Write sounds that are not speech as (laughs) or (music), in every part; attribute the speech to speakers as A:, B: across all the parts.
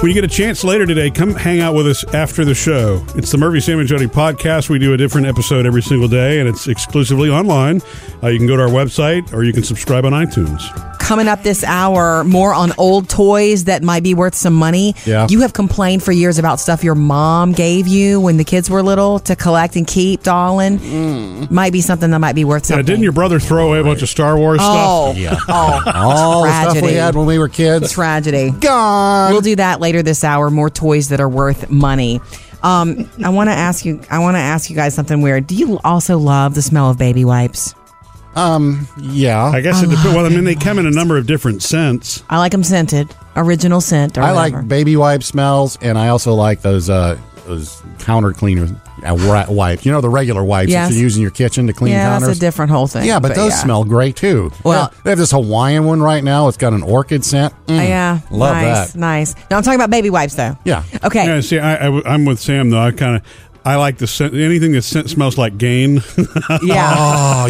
A: When you get a chance later today, come hang out with us after the show. It's the Murphy, Sam, and Jody podcast. We do a different episode every single day, and it's exclusively online. Uh, you can go to our website or you can subscribe on iTunes.
B: Coming up this hour, more on old toys that might be worth some money.
A: Yeah.
B: You have complained for years about stuff your mom gave you when the kids were little to collect and keep, darling.
C: Mm.
B: Might be something that might be worth
A: Yeah,
B: something.
A: didn't your brother throw away a bunch of Star Wars
B: Oh,
A: stuff?
B: oh,
C: All the stuff we
B: Tragedy.
C: had
B: (laughs)
C: when we were kids.
B: tragedy.
C: Gone.
B: We'll do that later this hour. More toys that are worth money. Um, I want to ask you. I want to ask you guys something weird. Do you also love the smell of baby wipes?
C: Um, yeah.
A: I
C: I,
A: guess it depends. Well, I mean, they come in a number of different scents.
B: I like them scented, original scent. Or whatever.
C: like baby wipe smells, and I also like those uh those counter cleaner uh, wi- wipes. You know the regular wipes
B: Yes.
C: that you use in your kitchen to clean
B: yeah,
C: counters.
B: that's a different whole thing.
C: yeah, but, those smell great too.
B: Well-
C: they have this Hawaiian one right now. It's got an orchid scent. Mm.
B: Oh, yeah,
C: love
B: nice,
C: that.
B: Nice. Now I'm talking about baby wipes, though.
C: Yeah.
B: Okay.
A: Yeah, see, I, I, am with Sam though. I kind of I like the scent. Anything that scent smells like gain,
B: (laughs) Yeah.
A: (laughs)
C: Oh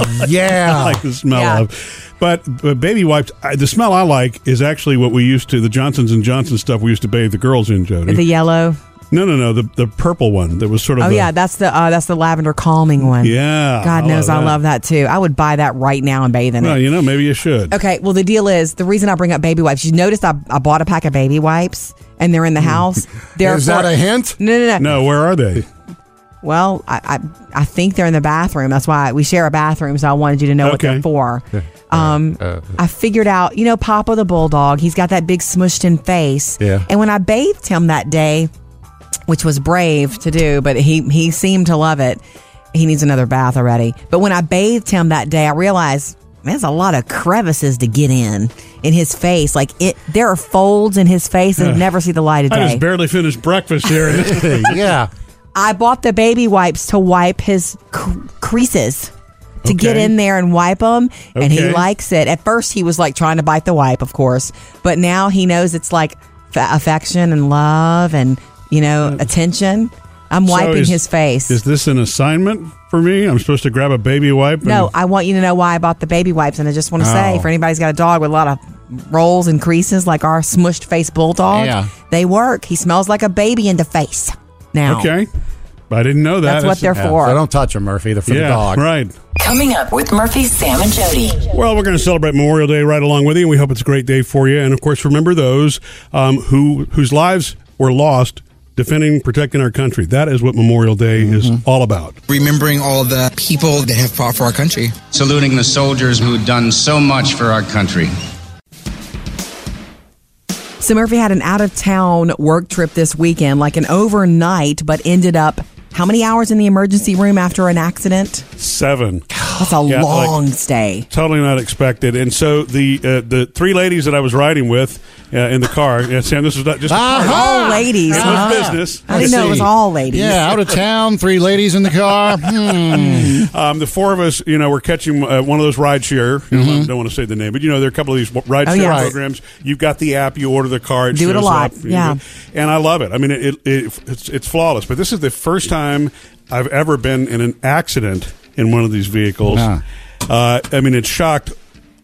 A: I
C: yeah.
A: like the smell
B: Yeah.
A: of. But, but baby wipes, I, the smell I like is actually what we used to the Johnsons and Johnson stuff we used to bathe the girls in, Jody.
B: the yellow.
A: no, no, no, the the purple one that was sort of.
B: Oh
A: the-
B: yeah, that's the uh, that's the lavender calming one.
A: Yeah, I
B: God
A: love
B: knows I
A: that.
B: love that too. I would buy that right now and bathe in it.
A: Well, you know, maybe you should.
B: Okay, well, the deal is the reason I bring up baby wipes. You noticed I, I bought a pack of baby wipes and they're in the house. They're
C: Hmm. Is
B: for-
C: that a hint?
B: No, no, no.
A: No, where are they?
B: Well, I, I I think they're in the bathroom. That's why we share a bathroom. So I wanted you to know what
A: Okay.
B: they're for. Um, I figured out, you know, Papa the bulldog. He's got that big smushed in face.
C: Yeah.
B: And when I bathed him that day, which was brave to do, but he he seemed to love it. He needs another bath already. But when I bathed him that day, I realized man, there's a lot of crevices to get in in his face. Like it, there are folds in his face that never see the light of
A: I
B: day.
A: just barely finished breakfast here. (laughs) and-
C: (laughs) yeah.
B: I bought the baby wipes to wipe his cr- creases. To get
A: Okay.
B: in there and wipe them, and he
A: Okay.
B: likes it. At first, he was like trying to bite the wipe, of course, but now he knows it's like fa- affection and love and you know attention. I'm
A: Mm. So
B: wiping
A: is-
B: his face.
A: Is this an assignment for me? I'm supposed to grab a baby wipe? And,
B: no, I want you to know why I bought the baby wipes, and I just want to say
C: Oh.
B: for anybody's got a dog with a lot of rolls and creases like our smushed face bulldog,
C: Yeah.
B: they work. He smells like a baby in the face now.
A: Okay. I didn't know that.
B: That's what they're
C: Yeah.
B: for.
C: So don't touch them, Murphy. They're for
A: yeah,
C: the dog.
A: right.
D: Coming up with Murphy, Sam, and Jody.
A: Well, we're going to celebrate Memorial Day right along with you, and we hope it's a great day for you. And of course, remember those um, who whose lives were lost defending, protecting our country. That is what Memorial Day is all about.
E: remembering all the people that have fought for our country.
F: saluting the soldiers who've done so much for our country.
B: So Murphy had an out of town work trip this weekend, like an overnight, but ended up how many hours in the emergency room after an accident?
A: Seven.
B: That's a
A: Yeah, like-
B: long stay.
A: Totally not expected. And so the uh, the three ladies that I was riding with uh, in the car, yeah, Sam, this was not just.
B: Ah,
C: Aha!
B: All ladies.
A: Uh-huh. It was
B: huh?
A: business.
B: I didn't know it was
C: see.
B: all ladies.
C: Yeah, out
B: (laughs)
C: of town, three ladies in
A: (laughs)
C: the car. Hmm.
A: Um, the four of us, you know, we're catching uh, one of those rideshare. You know, I don't want to say the name, but you know, there are a couple of these w- rideshare
B: Oh, yes.
A: programs. You've got the app, you order the car, it
B: Do it a
A: shows
B: lot,
A: up, you
B: yeah.
A: know. and I love it. I mean, it, it, it it's, it's flawless. But this is the first time I've ever been in an accident in one of these vehicles.
C: Ah.
A: Uh, I mean, it shocked.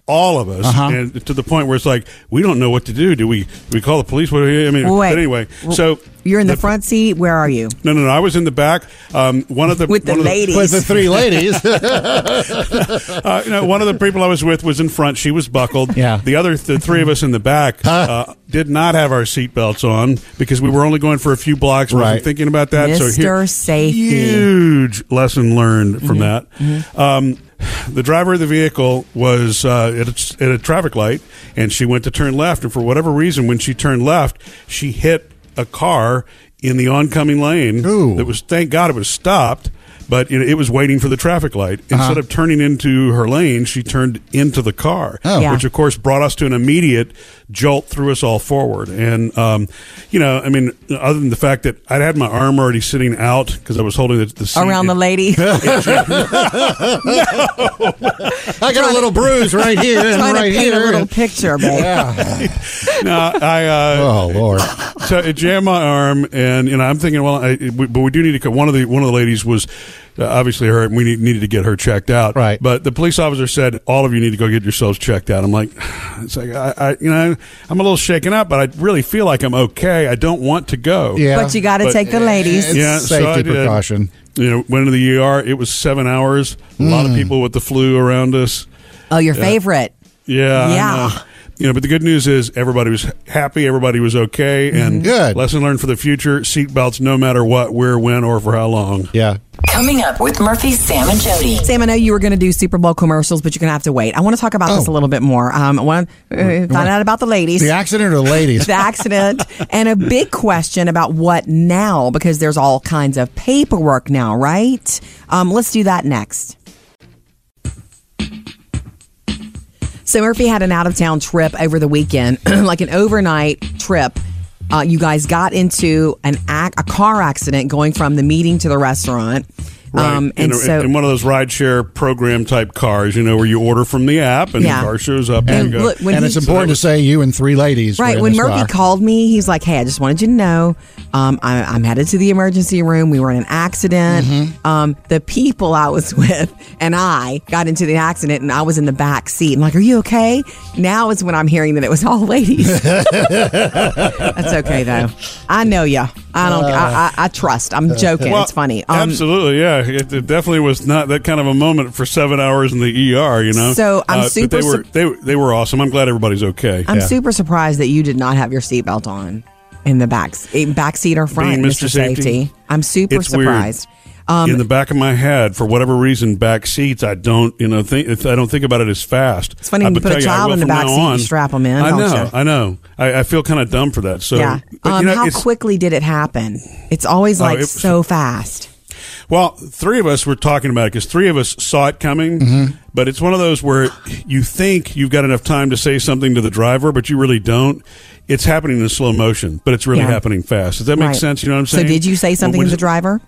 A: All of us, and to the point where it's like we don't know what to do. Do we? Do we call the police? What? Do we, I mean,
B: Well, wait.
A: but anyway. So
B: You're in the front seat. Where are you?
A: No, no, no. I was in the back. Um, one of the
B: With the
A: one of
B: ladies.
C: With the
A: (laughs)
C: three ladies. (laughs)
A: Uh, you know, one of the people I was with was in front. She was buckled.
C: Yeah.
A: The other, the three of us in the back, uh, did not have our seatbelts on because we were only going for a few blocks. Wasn't
C: Right.
A: thinking about that. So here,
B: Mr. Safety.
A: huge lesson learned
C: Mm-hmm.
A: from that. Um, the driver of the vehicle was uh, at, a, at a traffic light, and she went to turn left. And for whatever reason, when she turned left, she hit a car in the oncoming lane.
C: Ooh.
A: That was thank God it was stopped, but it, it was waiting for the traffic light.
C: Uh-huh.
A: Instead of turning into her lane, she turned into the car,
C: Oh.
B: Yeah.
A: which of course brought us to an immediate jolt, threw us all forward. And um, you know, I mean, other than the fact that I'd had my arm already sitting out because I was holding the, the seat
B: Around the
A: it- (laughs)
B: lady. (laughs)
C: I got a little bruise right here and
B: trying
C: right
B: to paint
C: here.
B: a little picture, babe.
A: (laughs) No, I uh,
C: Oh
A: (laughs)
C: Lord!
A: so it jammed my arm, and you know, I'm thinking, well, I, we, but we do need to cut. One of the one of the ladies was uh, obviously her we need, needed to get her checked out.
C: Right.
A: But the police officer said, "All of you need to go get yourselves checked out." I'm like, (sighs) it's like I, I you know I'm a little shaken up, but I really feel like I'm okay. I don't want to go.
C: Yeah.
B: But you got to
A: But-
B: take the ladies.
C: It's
A: Yeah, so I
C: safety
A: did.
C: precaution.
A: You know, went to the ER. It was seven hours. A
C: Mm.
A: lot of people with the flu around us.
B: (laughs) Oh, your favorite.
A: Yeah. I
B: Yeah.
A: know. You know, but the good news is everybody was happy, everybody was okay,
B: Mm-hmm.
A: and
C: Good.
A: lesson learned for the future: seatbelts, no matter what, where, when, or for how long.
C: Yeah.
D: Coming up with Murphy, Sam, and Jody.
B: Sam, I know you were going to do Super Bowl commercials, but you're going to have to wait. I want to talk about this a little bit more. Um, I want to uh, find out about the ladies.
C: Oh. Mm-hmm. The accident or the
B: (laughs)
C: ladies?
B: the accident and a big question about what now because there's all kinds of paperwork now, right? Um, let's do that next. So Murphy had an out of town trip over the weekend, (clears throat) like an overnight trip. Uh, you guys got into an ac- a car accident going from the meeting to the restaurant. Um,
A: in,
B: and
A: a-
B: so
A: in one of those rideshare program type cars, you know, where you order from the app and
B: Yeah.
A: the car shows up. And,
B: And
A: you go,
B: look, when
C: and
B: he-
C: it's important to say you and three ladies. were
B: Right.
C: in
B: When
C: this
B: Murphy
C: car.
B: called me, he's like, "Hey, I just wanted you to know, um, I, I'm headed to the emergency room. We were in an accident.
C: Mm-hmm.
B: Um, the people I was (laughs) with and I got into the accident, and I was in the back seat. I'm like, "Are you okay?" Now is when I'm hearing that it was all (laughs) ladies. (laughs) That's okay though. I know ya. I don't. I, I, I trust.
C: (laughs)
B: I'm joking.
A: Well,
B: it's funny. Um,
A: absolutely, yeah. It, it definitely was not that kind of a moment for seven hours in the ER. You know,
B: So I'm
A: but
B: super
A: They were
B: sup-
A: they, they were awesome. I'm glad everybody's okay.
B: I'm super surprised that you did not have your seatbelt on in the back in back seat or front,
A: Being Mr. Safety.
B: I'm super
A: It's weird.
B: surprised. Um,
A: in the back of my head, for whatever reason, back seats. I don't, you know, think if I don't think about it as fast.
B: It's funny when
A: I
B: you
A: would
B: put a
A: tell I
B: child
A: will
B: in the
A: from
B: back
A: now
B: seat, you
A: on.
B: strap 'em in,
A: I
B: don't
A: know,
B: you?
A: I know. I, I feel kind of dumb for that. So,
B: yeah.
A: but
B: um,
A: you know,
B: how
A: it's- Oh,
B: quickly did it happen? It's always like
A: it-
B: so fast.
A: Well, three of us were talking about it because three of us saw it coming. But it's one of those where you think you've got enough time to say something to the driver, but you really don't. It's happening in slow motion, but it's really
B: Yeah.
A: happening fast. Does that make
B: Right.
A: sense? You know what I'm
B: So
A: saying?
B: did you say something
A: When-
B: to the driver?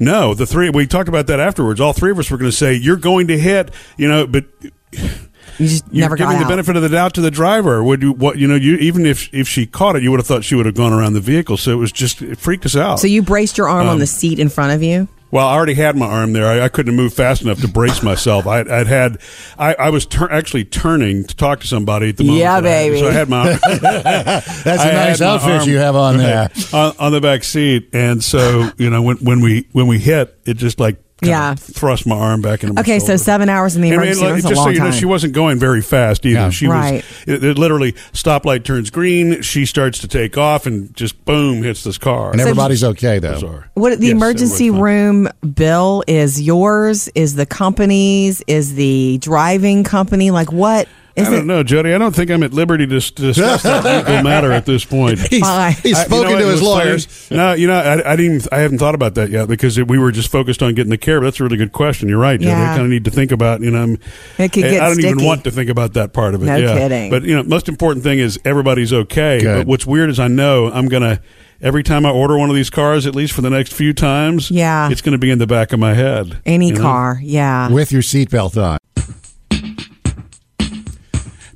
A: No, the three we talked about that afterwards. All three of us were going to say you're going to hit, you know, but
B: (sighs) You just
A: you're
B: never got
A: giving
B: out.
A: the benefit of the doubt to the driver. Would you what you know? You even if if she caught it, you would have thought she would have gone around the vehicle. So it was just it freaked us out.
B: so you braced your arm on
A: Um,
B: the seat in front of you.
A: Well, I already had my arm there. I, I couldn't have moved fast enough to brace myself. I, I'd had, I, I was tur actually turning to talk to somebody at the moment.
B: Yeah,
A: that I-
B: baby.
A: so I
B: (laughs)
A: had my.
C: (laughs)
A: (laughs)
C: That's a
A: I
C: nice
A: had my
C: outfit
A: arm-
C: you have on there.
A: Right, on, on the back seat, and so you know when when we when we hit, it just like kinda
B: Yeah.
A: thrust my arm back into. My
B: Okay, so
A: shoulder.
B: seven hours in the
A: And-
B: emergency
A: and
B: room is a
A: just so
B: long
A: you know,
B: time.
A: she wasn't going very fast either.
C: Yeah.
A: She
B: Right.
A: was it, it literally stoplight turns green. She starts to take off and just boom hits this car.
C: And everybody's okay,
A: (laughs)
C: though.
A: Sorry.
B: what the
A: Yes, it
B: emergency
A: was fine.
B: room bill is yours? Is the company's? Is the driving company? Like what is
A: I don't
B: it?
A: know, Jody. I don't think I'm at liberty to s- to discuss
C: (laughs)
A: that legal matter at this point.
C: He's,
B: Bye.
C: he's
A: I- you know
C: spoken
A: what,
C: to
A: it
C: his
A: was
C: lawyers.
A: funny. No, you know, I, I didn't. I haven't thought about that yet because it, we were just focused on getting the care. But that's a really good question. You're right. Jody.
B: Yeah.
A: I kind of need to think about. You know, I'm,
B: It could
A: I-
B: get
A: I don't even
B: sticky.
A: want to think about that part of it.
B: No
A: yeah.
B: kidding.
A: But you know, most important thing is everybody's okay.
C: Good.
A: But what's weird is I know I'm gonna. Every time I order one of these cars, at least for the next few times,
B: Yeah.
A: it's going to be in the back of my head.
B: Any
A: you know?
B: car? Yeah.
C: With your seatbelt on.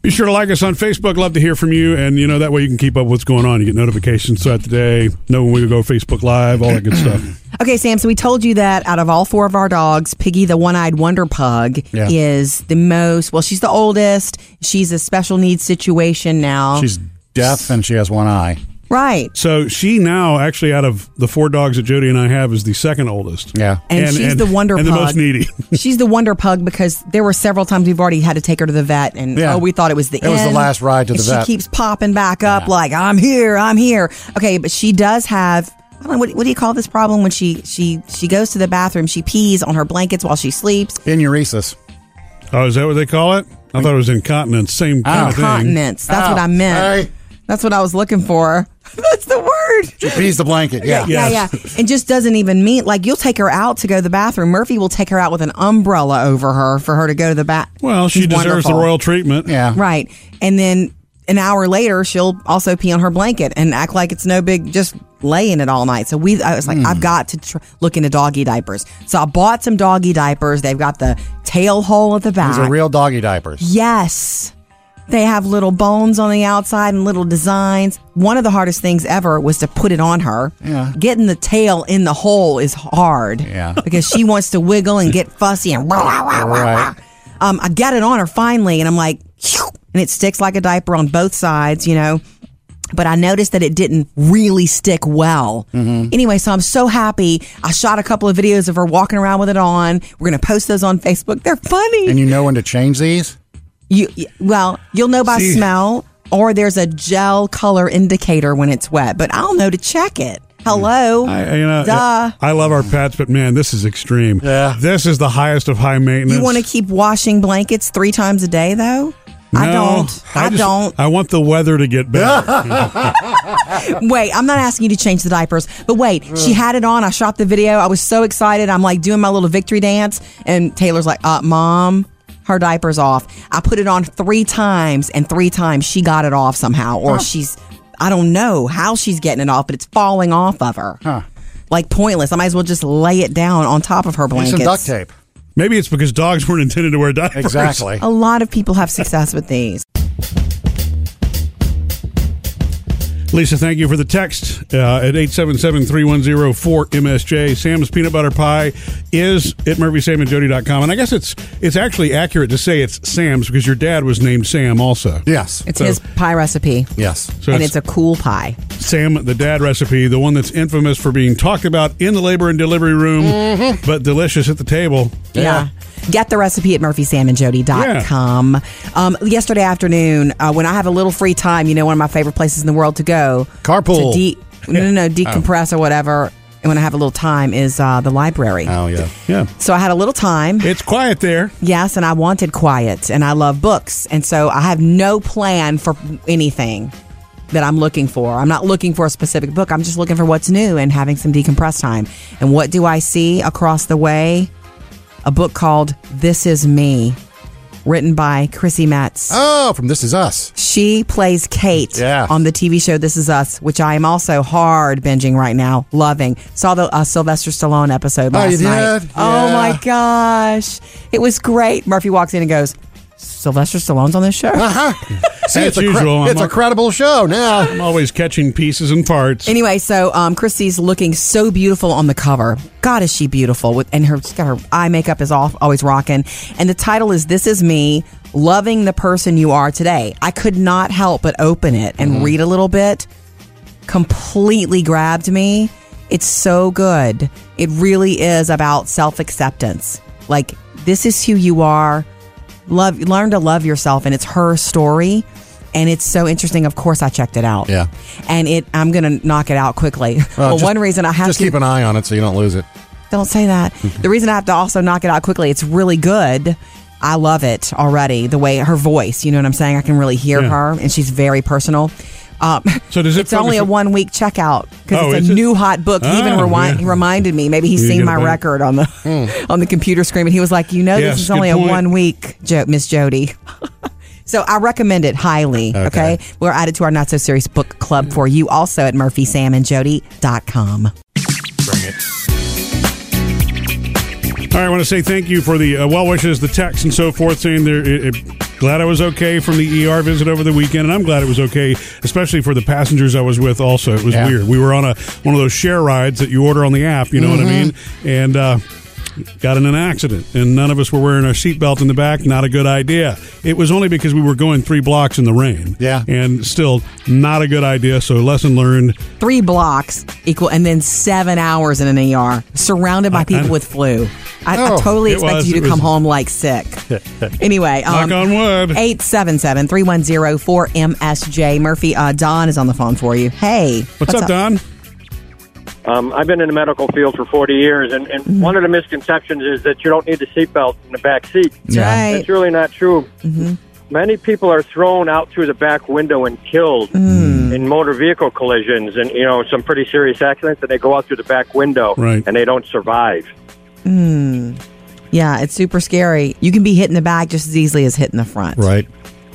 A: Be sure to like us on Facebook. Love to hear from you. And, you know, that way you can keep up with what's going on. You get notifications throughout the day, know when we go Facebook Live, all that good stuff.
B: Okay, Sam, so we told you that out of all four of our dogs, Piggy the one eyed wonder pug
C: Yeah.
B: is the most, well, she's the oldest. She's a special needs situation now.
C: She's deaf (clears throat) and she has one eye. (laughs)
B: right.
A: So she now, actually, out of the four dogs that Jody and I have, is the second oldest.
C: Yeah.
B: And, she's the wonder
A: and
B: pug.
A: the most needy.
B: she's the wonder pug because there were several times we've already had to take her to the vet and
C: Yeah.
B: oh, we thought it was the
C: It was the
B: end.
C: last ride to
B: And
C: the
B: she
C: vet.
B: keeps popping back up like, I'm here, I'm here. Okay, but she does have I don't know, what, what do you call this problem when she she she goes to the bathroom, she pees on her blankets while she sleeps.
C: In Enuresis.
A: oh, is that what they call it? I thought it was incontinence. Same kind of thing.
B: Incontinence. That's what
C: Oh,
B: I meant.
C: sorry.
B: That's what I was looking for. (laughs) That's the word.
C: Pees the blanket. Yeah.
B: Yeah, yeah. And just doesn't even mean like you'll take her out to go to the bathroom. Murphy will take her out with an umbrella over her for her to go to the bath.
A: Well, she
B: She's
A: deserves
B: wonderful.
A: the royal treatment.
C: Yeah.
B: Right. And then an hour later, she'll also pee on her blanket and act like it's no big, just lay in it all night. So we, I was like, I've got to tr- look into doggy diapers. So I bought some doggy diapers. They've got the tail hole at the back.
C: These are real doggy diapers.
B: Yes. They have little bones on the outside and little designs. One of the hardest things ever was to put it on her.
C: Yeah.
B: Getting the tail in the hole is hard.
C: Yeah.
B: (laughs) Because she wants to wiggle and get fussy and
C: Right.
B: um, I got it on her finally, and I'm like, "Phew," and it sticks like a diaper on both sides, you know. But I noticed that it didn't really stick well.
C: Mm-hmm.
B: Anyway, so I'm so happy. I shot a couple of videos of her walking around with it on. We're gonna post those on Facebook. They're funny.
C: And you know when to change these?
B: you, you- well, you'll know by
A: See-
B: smell, or there's a gel color indicator when it's wet. But I'll know to check it. Hello,
A: I, you know,
B: duh.
A: I love our pets, but man, this is extreme.
C: Yeah.
A: This is the highest of high maintenance.
B: you want to keep washing blankets three times a day, though. I
A: No,
B: don't. I,
A: just-
B: don't.
A: I want the weather to get better.
C: (laughs)
B: (laughs) Wait, I'm not asking you to change the diapers, but wait,
C: Mm.
B: she had it on. I shot the video. I was so excited. I'm like doing my little victory dance, and Taylor's like, uh, Mom, her diaper's off. I put it on three times, and three times she got it off somehow, or she's, I don't know how she's getting it off, but it's falling off of her. Like pointless. I might as well just lay it down on top of her
C: Use
B: blankets.
C: some duct tape.
A: Maybe it's because dogs weren't intended to wear diapers.
C: Exactly.
B: A lot of people have success with these.
A: Lisa, thank you for the text uh, at 877-310-4MSJ. Sam's Peanut Butter Pie is at murphysamandjody.com. And I guess it's it's actually accurate to say it's Sam's because your dad was named Sam also.
C: Yes.
B: It's
A: So-
B: his pie recipe,
C: Yes.
A: So
B: and
A: it's,
B: it's a cool pie.
A: Sam the Dad recipe, the one that's infamous for being talked about in the labor and delivery room,
C: Mm-hmm.
A: but delicious at the table.
B: Yeah. Get the recipe at murphysamandjody.com. Um, yesterday afternoon, uh, when I have a little free time, you know, one of my favorite places in the world to go.
C: Carpool.
B: To de- no, no, no, decompress or whatever. And when I have a little time is uh, the library.
C: Oh yeah.
A: Yeah.
B: So I had a little time.
A: It's quiet there.
B: Yes, and I wanted quiet, and I love books, and so I have no plan for anything that I'm looking for. I'm not looking for a specific book. I'm just looking for what's new and having some decompress time. And what do I see across the way? A book called This Is Me, written by Chrissy Metz.
C: Oh, from This Is Us.
B: She plays Kate
C: Yeah.
B: on the TV show This Is Us, which I am also hard binging right now, loving. Saw the uh, Sylvester Stallone episode
C: Oh,
B: last
C: you did?
B: night. Oh
C: Yeah.
B: my gosh, it was great. Murphy walks in and goes, "Sylvester Stallone's on this show."
C: Uh-huh.
A: (laughs)
C: See,
A: As
C: it's a cre-
A: usual, I'm
C: it's a
A: up-
C: credible show now.
A: I'm always catching pieces and parts.
B: anyway, so um, Christy's looking so beautiful on the cover. God, is she beautiful? With and her she's got her eye makeup is off, always rocking. And the title is "This Is Me." Loving the person you are today. I could not help but open it and
A: Mm-hmm.
B: read a little bit. completely grabbed me. It's so good. It really is about self acceptance. Like, this is who you are. Love, learn to love yourself. And it's her story. And it's so interesting. Of course, I checked it out.
C: Yeah.
B: And it, I'm going to knock it out quickly. (laughs) Well,
C: just-
B: one reason I have
C: Just
B: to
C: keep an eye on it so you don't lose it.
B: don't say that. the reason I have to also knock it out quickly, it's really good. I love it already. The way her voice, you know what I'm saying? I can really hear
A: Yeah.
B: her, and she's very personal. Um,
A: So does it
B: It's only
A: focus
B: a
A: on-
B: one week checkout because
A: Oh,
B: it's
A: is
B: a
A: it?
B: new hot book. he even
A: Ah,
B: rewind,
A: yeah.
B: he reminded me. Maybe he's
A: You
B: seen
A: get
B: my
A: it, buddy.
B: record on the on the computer screen, and he was like, "You know,
A: Yes,
B: this is
A: good
B: only
A: point.
B: a one week joke, Miss Jody." (laughs) so I recommend it highly. Okay.
C: Okay.
B: we're added to our not so serious book club for you also at murphysamandjody.com.
A: All right, I want to say thank you for the uh, well wishes, the texts, and so forth. Saying they're it, it- glad I was okay from the ER visit over the weekend, and I'm glad it was okay, especially for the passengers I was with. Also, it was
C: Yeah.
A: weird. We were on a one of those share rides that you order on the app. You know what I mean?
C: Mm-hmm.
A: And uh, got in an accident, and none of us were wearing our seatbelt in the back. Not a good idea. It was only because we were going three blocks in the rain.
C: Yeah.
A: and still not a good idea. So lesson learned.
B: three blocks equal, and then seven hours in an ER, surrounded by people
A: I-
B: with flu. I, I
C: Oh,
B: totally
A: it
B: expected
A: was-
B: you
A: it
B: to
A: was-
B: come home like
A: (laughs)
B: sick. anyway, um,
A: Knock on wood.
B: 877-310-4MSJ. Murphy, uh, Don is on the phone for you. Hey.
A: What's, up, Don?
G: Um, I've been in the medical field for 40 years, and, and
B: Mm.
G: one of the misconceptions is that you don't need the seatbelt in the back seat.
B: That's
C: Yeah.
B: right. Mm-hmm.
G: That's really not true. Many people are thrown out through the back window and killed
B: Mm.
G: in motor vehicle collisions, and you know some pretty serious accidents. And they go out through the back window,
A: Right.
G: and they don't survive.
B: Hmm. Yeah, it's super scary. You can be hit in the back just as easily as hit in the front.
C: Right.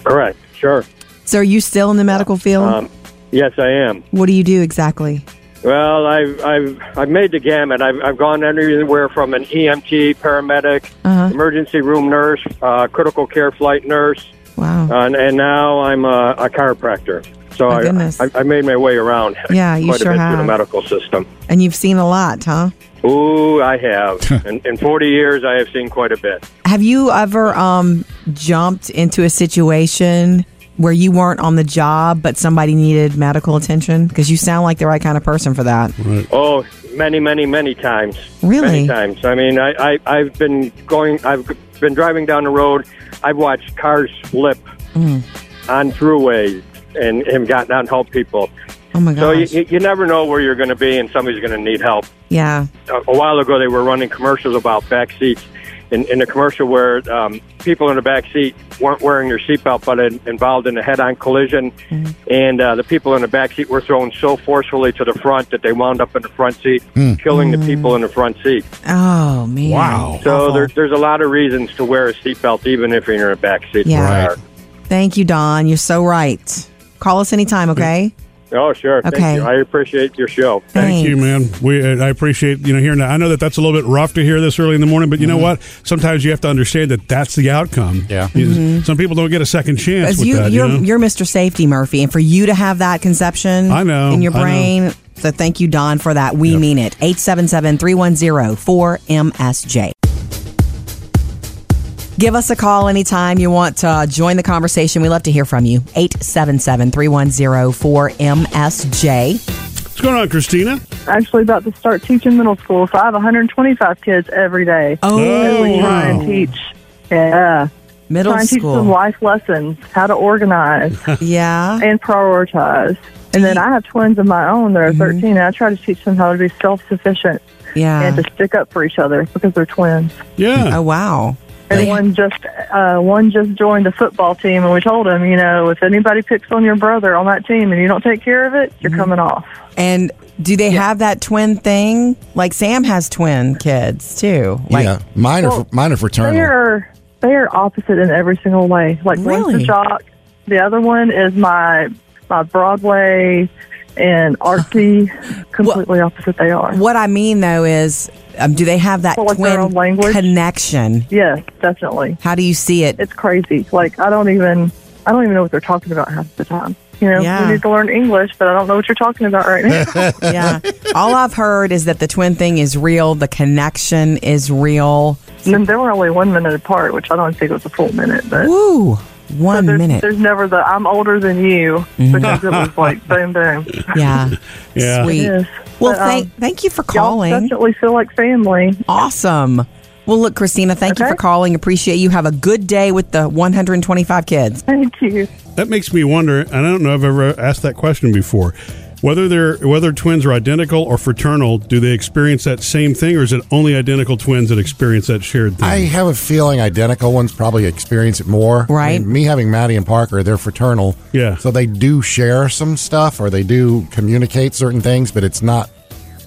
G: Correct. Sure.
B: So are you still in the medical field?
G: Um, yes, I am.
B: what do you do exactly?
G: Well, I've I've I've made the gamut. I've I've gone anywhere from E
B: Uh-huh.
G: an EMT, paramedic, emergency room nurse, uh, critical care flight nurse,
B: Wow.
G: and, and now I'm a, a chiropractor. So
B: My
G: I,
B: goodness.
G: I, I made my way around.
B: Yeah, you
G: quite
B: sure
G: a bit through the
B: have.
G: medical system.
B: And you've seen a lot, huh?
G: Ooh, I have. in, in 40 years, I have seen quite a bit.
B: Have you ever um, jumped into a situation where you weren't on the job, but somebody needed medical attention? Because you sound like the right kind of person for that.
G: Oh, many, many, many times.
B: Really?
G: Many times. I mean, I, I, I've been going, I've been driving down the road. I've watched cars flip on throughways and, and gotten out and helped people.
B: Oh my
G: So
B: gosh.
G: you, you- you never know where you're going to be and somebody's going to need help.
B: yeah.
G: A, a while ago, they were running commercials about back seats. In, in a commercial where um, people in the back seat weren't wearing their seatbelt, but in, involved in a head-on collision,
B: Mm-hmm.
G: and uh, the people in the back seat were thrown so forcefully to the front that they wound up in the front seat, killing the people in the front seat.
B: Oh man.
A: Wow.
G: So
B: Mm. Awful.
G: there, there's a lot of reasons to wear a seatbelt, even if you're in a back seat.
B: Yeah. Right.
G: Car.
B: Thank you, Don. You're so right. Call us anytime, okay?
G: Oh, sure.
B: Okay.
G: Thank you. I appreciate your show.
A: Thank you, man. We and I appreciate you know hearing that. I know that that's a little bit rough to hear this early in the morning, but you know
B: Mm-hmm.
A: what? Sometimes you have to understand that that's the outcome.
C: Yeah.
A: You- Some people don't get a second chance
B: Mm-hmm. As
A: with
B: you,
A: that.
B: you're,
A: you know?
B: you're Mr. Safety Murphy, and for you to have that conception
A: I know,
B: in your
A: I know.
B: brain. So thank you, Don, for that. We mean it. 877-310-4MSJ. Give us a call anytime you want to uh, join the conversation. We love to hear from you. 877-310-4MSJ.
A: What's going on, Christina?
H: actually about to start teaching middle school, so I have 125 kids every day.
A: Oh,
H: Try and
A: wow.
H: teach. Yeah.
B: Middle
H: Try and teach them
B: school.
H: life lessons, how to organize
B: (laughs) Yeah.
H: and prioritize. And then I have twins of my own that
B: Mm-hmm.
H: are 13, and I try to teach them how to be self sufficient and
B: Yeah.
H: to stick up for each other because they're twins.
A: Yeah.
B: Oh, wow.
H: And
B: They-
H: one just uh, one just joined the football team, and we told him, you know, if anybody picks on your brother on that team and you don't take care of it, you're
B: Mm-hmm.
H: coming off.
B: And do they have that twin thing? Like Sam has twin kids too. Like
C: yeah, mine are
H: Well,
C: fr- mine are fraternal.
H: They are they are opposite in every single way. Like one's
B: Really?
H: a jock, the other one is my my Broadway and artsy. completely opposite they are.
B: what I mean though is, um, do they have that
H: Well, like their
B: twin
H: own language?
B: connection?
H: Yes, definitely.
B: How do you see it?
H: It's crazy. Like I don't even I don't even know what they're talking about half the time. You know,
B: Yeah.
H: we need to learn English, but I don't know what you're talking about right now.
B: (laughs) yeah. All I've heard is that the twin thing is real. The connection is real.
H: and then they were only one minute apart, which I don't think was a full minute, but
B: Woo! One
H: there's,
B: minute. Mm-hmm.
H: there's never the I'm older than you because it was like boom boom.
B: yeah.
A: Yeah.
B: Sweet.
H: Yes.
B: Well,
H: But, um,
B: thank thank you for
H: Y'all
B: calling.
H: definitely feel like family.
B: Awesome. Well, look, Christina, thank you
H: Okay.
B: for calling. Appreciate you. Have a good day with the 125 kids.
H: Thank you.
A: That makes me wonder, and I don't know if I've ever asked that question before. Whether they're whether twins are identical or fraternal, do they experience that same thing, or is it only identical twins that experience that shared thing?
C: I
B: Mm.
C: have a feeling identical ones probably experience it more.
B: Right.
C: I mean, me having Maddie and Parker, they're fraternal.
A: Yeah.
C: So they do share some stuff or they do communicate certain things, but it's not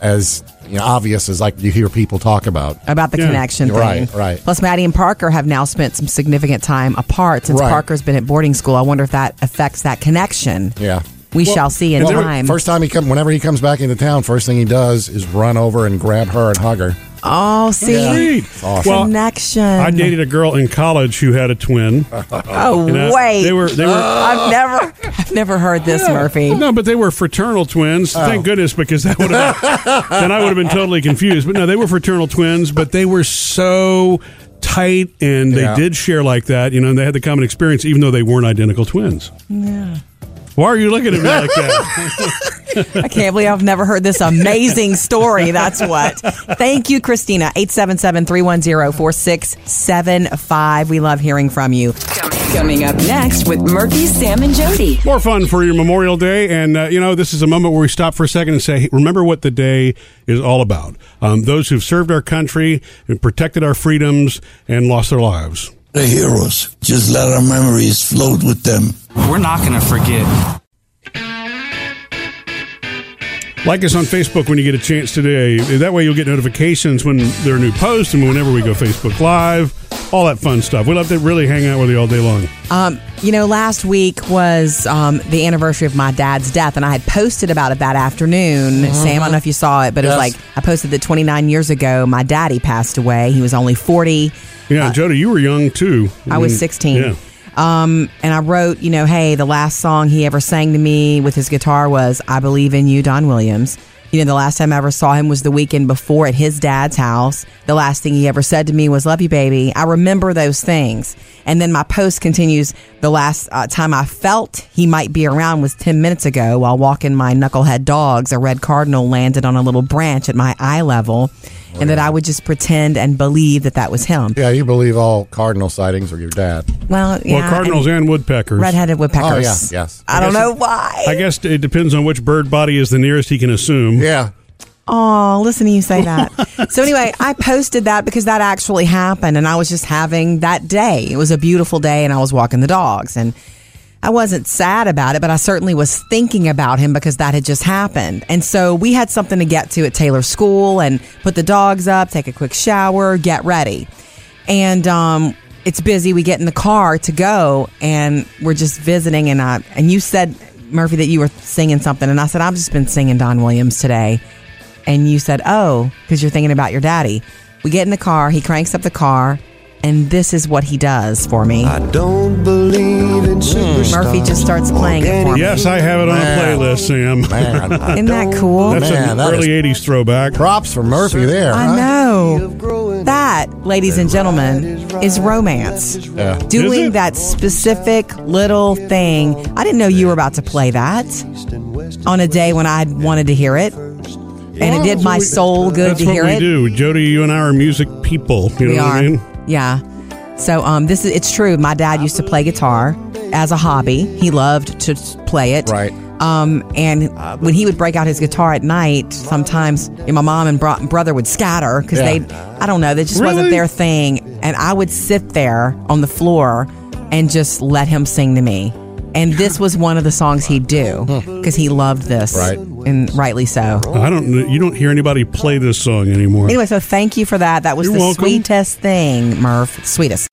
C: as you know, obvious as like you hear people talk about.
B: about the
A: Yeah.
B: connection thing.
C: Right, right.
B: Plus, Maddie and Parker have now spent some significant time apart since
C: Right.
B: Parker's been at boarding school. I wonder if that affects that connection.
C: Yeah.
B: We shall see in
A: and there-
B: time.
C: First time he comes, whenever he comes back into town, first thing he does is run over and grab her and hug her.
B: oh, see?
A: Sweet.
C: awesome.
A: Well,
B: Connection.
A: I dated a girl in college who had a twin.
B: Um. Oh,
A: And I-
B: wait.
A: They were they were
D: Oh.
B: I've never, I've never heard this, Murphy.
A: No, but they were fraternal twins. Thank goodness, because that would have then I would have been totally confused. But no, they were fraternal twins, but they were so tight and they
C: Yeah.
A: did share like that, you know, and they had the common experience, even though they weren't identical twins. Yeah. Why are you looking at me like that?
B: (laughs) I can't believe I've never heard this amazing story. That's what. Thank you, Christina. 877-310-4675. We love hearing from you.
D: Coming up (laughs) next with Murphy, Sam, and Jody.
A: More fun for your Memorial Day. And, uh, you know, this is a moment where we stop for a second and say, hey, remember what the day is all about. Um, those who've served our country and protected our freedoms and lost their lives.
I: the heroes. Just let our memories float with them.
J: We're not going to forget.
A: Like us on Facebook when you get a chance today. That way you'll get notifications when there are new posts and whenever we go Facebook Live, all that fun stuff. We love to really hang out with you all day long.
B: Um, you know, last week was um, the anniversary of my dad's death, and I had posted about it that afternoon.
D: Uh-huh.
B: Sam, I don't know if you saw it, but it was
C: Yes.
B: like I posted that 29 years ago, my daddy passed away. He was only 40.
A: Yeah, Jody, you were young too.
B: Uh,
A: Mm,
B: I was 16.
A: Yeah.
B: Um, and I wrote, you know, hey, the last song he ever sang to me with his guitar was I Believe in You, Don Williams. You know, the last time I ever saw him was the weekend before at his dad's house. The last thing he ever said to me was, Love you, baby. I remember those things. And then my post continues, The last uh, time I felt he might be around was 10 minutes ago while walking my knucklehead dogs. A red cardinal landed on a little branch at my eye level. And that I would just pretend and believe that that was him.
C: Oh, Yeah, you believe all cardinal sightings are your dad.
B: Well, yeah.
A: well, cardinals
B: and
A: and woodpeckers.
B: redheaded woodpeckers.
C: Oh, yeah, yes.
B: I, don't know why.
A: I guess it depends on which bird body is the nearest he can assume.
C: Yeah.
B: Oh, listen to you say that. so anyway, I posted that because that actually happened and I was just having that day. It was a beautiful day and I was walking the dogs and I wasn't sad about it, but I certainly was thinking about him because that had just happened. And so we had something to get to at Taylor's school and put the dogs up, take a quick shower, get ready. And um it's busy. We get in the car to go and we're just visiting and I and you said Murphy that you were singing something and I said I've just been singing Don Williams today and you said, "Oh, because you're thinking about your daddy." We get in the car. He cranks up the car, and this is what he does for me. Mm.
I: I don't believe in superstars.
B: Murphy just starts playing it for me.
A: Yes, I have it on a
C: Man.
A: playlist, Sam.
C: Man.
B: Isn't that cool?
A: That's
C: Man,
A: an
C: that
A: early
C: is-
A: '80s throwback.
C: Props for Murphy there. huh?
B: I know. That, ladies and gentlemen, is romance.
C: Yeah.
A: Is
B: Doing
A: it?
B: that specific little thing. I didn't know you were about to play that on a day when I wanted to hear it. And it did my soul good
A: That's
B: to
A: what
B: hear
A: we
B: it.
A: do, Jody. You and I are music people. You
B: we
A: know what
B: are.
A: I mean?
B: Yeah. So um, this is it's true. My dad used to play guitar as a hobby. He loved to play it.
C: Right.
B: Um, and when he would break out his guitar at night, sometimes you know, my mom and bro- brother would scatter because
C: Yeah.
B: they, I don't know, that just wasn't
A: Really?
B: their thing. And I would sit there on the floor and just let him sing to me. And this was one of the songs he'd do because he loved this,
C: Right.
B: And rightly so.
A: I don't. kn- You don't hear anybody play this song anymore.
B: Anyway, so thank you for that. That was
A: You're
B: the
A: welcome.
B: sweetest thing, Murph. Sweetest.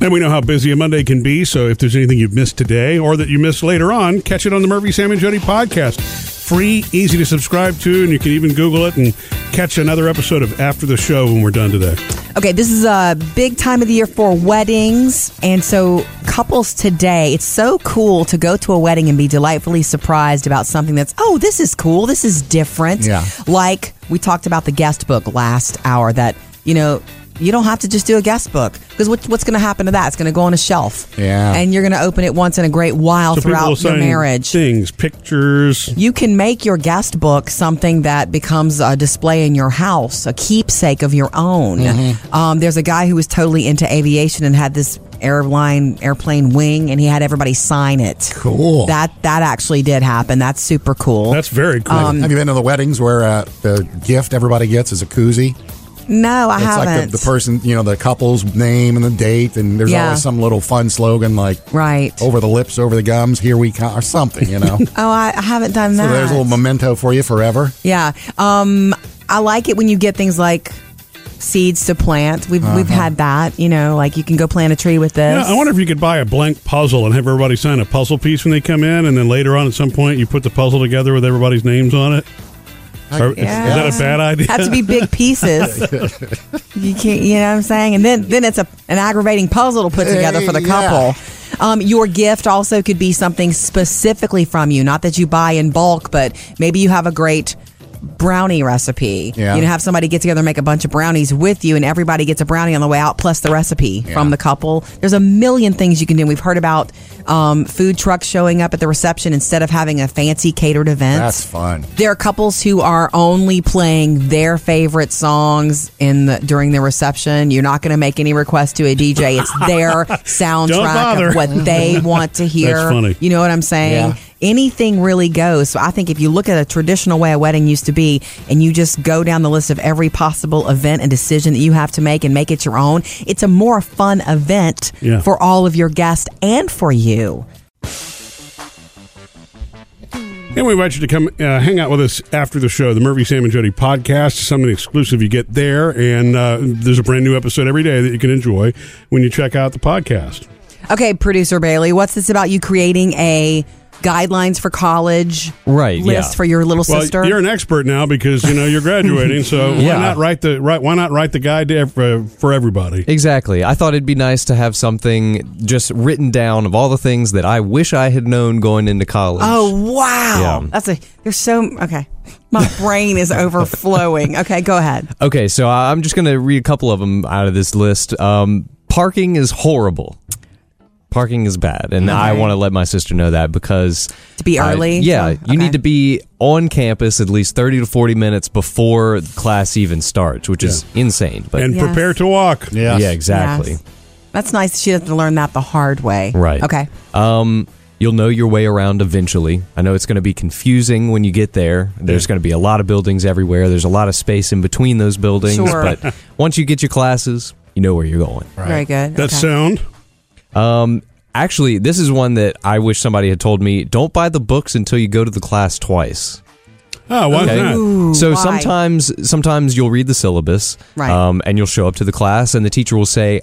A: And we know how busy a Monday can be, so if there's anything you've missed today or that you missed later on, catch it on the Murphy, Sam, and Jody podcast. Free, easy to subscribe to, and you can even Google it and catch another episode of After the Show when we're done today.
B: Okay, this is a big time of the year for weddings. And so, couples today, it's so cool to go to a wedding and be delightfully surprised about something that's, oh, this is cool. This is different.
C: Yeah.
B: Like we talked about the guest book last hour that, you know, you don't have to just do a guest book because what, what's going to happen to that? It's going to go on a shelf.
C: Yeah.
B: And you're going to open it once in a great while
A: So people will
B: throughout your
A: send
B: marriage.
A: things, pictures.
B: You can make your guest book something that becomes a display in your house, a keepsake of your own.
C: Mm-hmm.
B: Um, there's a guy who was totally into aviation and had this airline airplane wing, and he had everybody sign it.
C: Cool.
B: That that actually did happen. That's super cool.
A: That's very cool.
B: Um,
C: Have you been to the weddings where uh, the gift everybody gets is a koozie?
B: no, I
C: It's
B: haven't.
C: (laughs) like the, the person, you know, the couple's name and the date, and there's
B: Yeah.
C: always some little fun slogan like
B: right? Oh,
C: "Over the lips, over the gums, here we come," or something, you
B: (laughs)
C: know. so
B: I, I haven't done that.
C: there's a little memento for you forever.
B: Yeah. Um, I like it when you get things like seeds to plant.
C: Uh-huh.
B: We've we've had that. You know, like you can go plant a tree with this.
A: Yeah, I wonder if you could buy a blank puzzle and have everybody sign a puzzle piece when they come in, and then later on at some point you put the puzzle together with everybody's names on it. Or-
B: Yeah.
A: Is that a bad idea?
B: have to be
A: (laughs)
B: big pieces. you can't, you know what I'm saying? And then then it's a an aggravating puzzle to put together for the
C: Yeah.
B: couple. Um, your gift also could be something specifically from you, not that you buy in bulk, but maybe you have a great brownie recipe.
C: Yeah.
B: You know, have somebody get together and make a bunch of brownies with you, and everybody gets a brownie on the way out, plus the recipe from the couple. There's a million things you can do. We've heard about um, food trucks showing up at the reception instead of having a fancy catered event.
C: That's fun.
B: There are couples who are only playing their favorite songs in the during the reception. You're not going to make any request to a DJ.
A: (laughs)
B: It's their soundtrack
A: bother.
B: of what
A: (laughs)
B: they want to hear.
A: funny.
B: You know what I'm saying?
C: Yeah.
B: Anything really goes. So I think if you look at a traditional way a wedding used to be, and you just go down the list of every possible event and decision that you have to make and make it your own, it's a more fun event
A: Yeah.
B: for all of your guests and for you.
A: And we invite you to come uh, hang out with us after the show, the Murphy, Sam, and Jody podcast. Something exclusive you get there. And uh, there's a brand new episode every day that you can enjoy when you check out the podcast.
B: Okay, producer Bailey, what's this about you creating a guidelines for college
K: Right,
B: list
K: yeah.
B: for your little
A: Well,
B: sister.
A: you're an expert now because you
B: (laughs)
A: know you're graduating. So
K: Yeah.
A: why not write the right? Why not write the guide to, ev- uh, for everybody?
K: Exactly. I thought it'd be nice to have something just written down of all the things that I wish I had known going into college.
B: oh wow,
K: Yeah.
B: that's a. There's so okay.
K: (laughs)
B: My brain is overflowing. Okay, go ahead.
K: Okay, so I- I'm just going to read a couple of them out of this list. Um, parking is horrible. Parking is bad, and I want to let my sister know that because
B: To be
K: I-
B: early,
K: yeah,
B: so-
K: you
B: okay.
K: need to be on campus at least thirty to forty minutes before class even starts, which is insane. But
A: And
B: Yes.
A: prepare to walk.
C: Yes.
K: yeah, exactly.
B: Yes. That's nice. She doesn't learn that the hard way.
K: Right.
B: Okay.
K: Um, you'll know your way around eventually. I know it's going to be confusing when you get there. There's going to be a lot of buildings everywhere. There's a lot of space in between those buildings.
B: Sure. (laughs)
K: But once you get your classes, you know where you're going.
B: Very good.
A: That
B: okay.
A: sound.
K: Um, actually, this is one that I wish somebody had told me. Don't buy the books until you go to the class twice.
A: Oh, why
K: Okay.
A: not?
B: Ooh,
K: so
B: why?
K: sometimes, sometimes you'll read the syllabus,
B: Right.
K: um, and you'll show up to the class, and the teacher will say,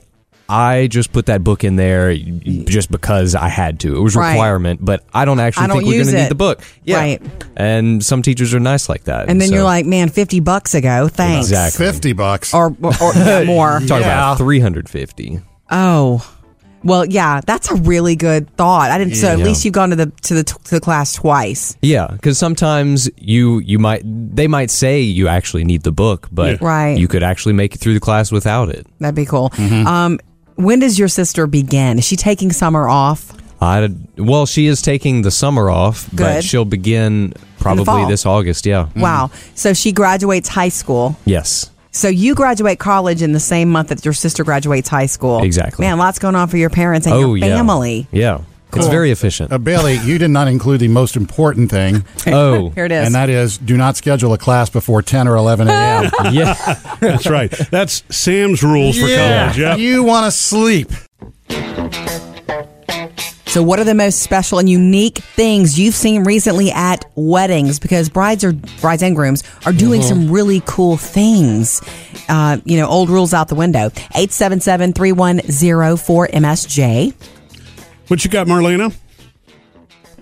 K: "I just put that book in there just because I had to. It was a
B: Right.
K: requirement, but I don't actually
B: I don't
K: think we're
B: use
K: going to
B: it."
K: need the book." Yeah.
B: Right.
K: And some teachers are nice like that.
B: And then
K: so-
B: you're like, man, fifty bucks ago. Thanks.
K: exactly.
C: 50 bucks.
B: Or or, or
K: (laughs)
B: yeah, more.
K: Talk
C: Yeah.
K: about three hundred fifty.
B: Oh. Well, yeah, that's a really good thought. I didn't. so at
K: Yeah.
B: least you've gone to the to the to the class twice,
K: Yeah, because sometimes you you might they might say you actually need the book, but
B: Yeah. Right.
K: you could actually make it through the class without it.
B: That'd be cool.
K: Mm.
A: Mm-hmm.
B: Um, when does your sister begin? Is she taking summer off?
K: I well, she is taking the summer off,
B: Good.
K: but she'll begin
B: fall.
K: probably this August. Yeah. Mm-hmm.
B: Wow. So she graduates high school.
K: Yes.
B: So you graduate college in the same month that your sister graduates high school.
K: Exactly.
B: Man, lots going on for your parents and
K: oh
B: your family.
K: yeah. Yeah. It's
C: Cool.
K: very efficient.
C: Uh, Bailey, you did not include the most important thing,
K: (laughs) oh.
B: (laughs) Here it is.
C: and that is do not schedule a class before 10 or
B: (laughs)
C: 11 a.m.
K: Yeah.
A: (laughs) That's right. That's Sam's rules for college. Yep.
C: You want to sleep.
B: So, what are the most special and unique things you've seen recently at weddings? Because brides are brides and grooms are doing
K: Mm-hmm.
B: some really cool things. Uh, you know, old rules out the window. 877-310-4MSJ.
A: What you got, Marlena?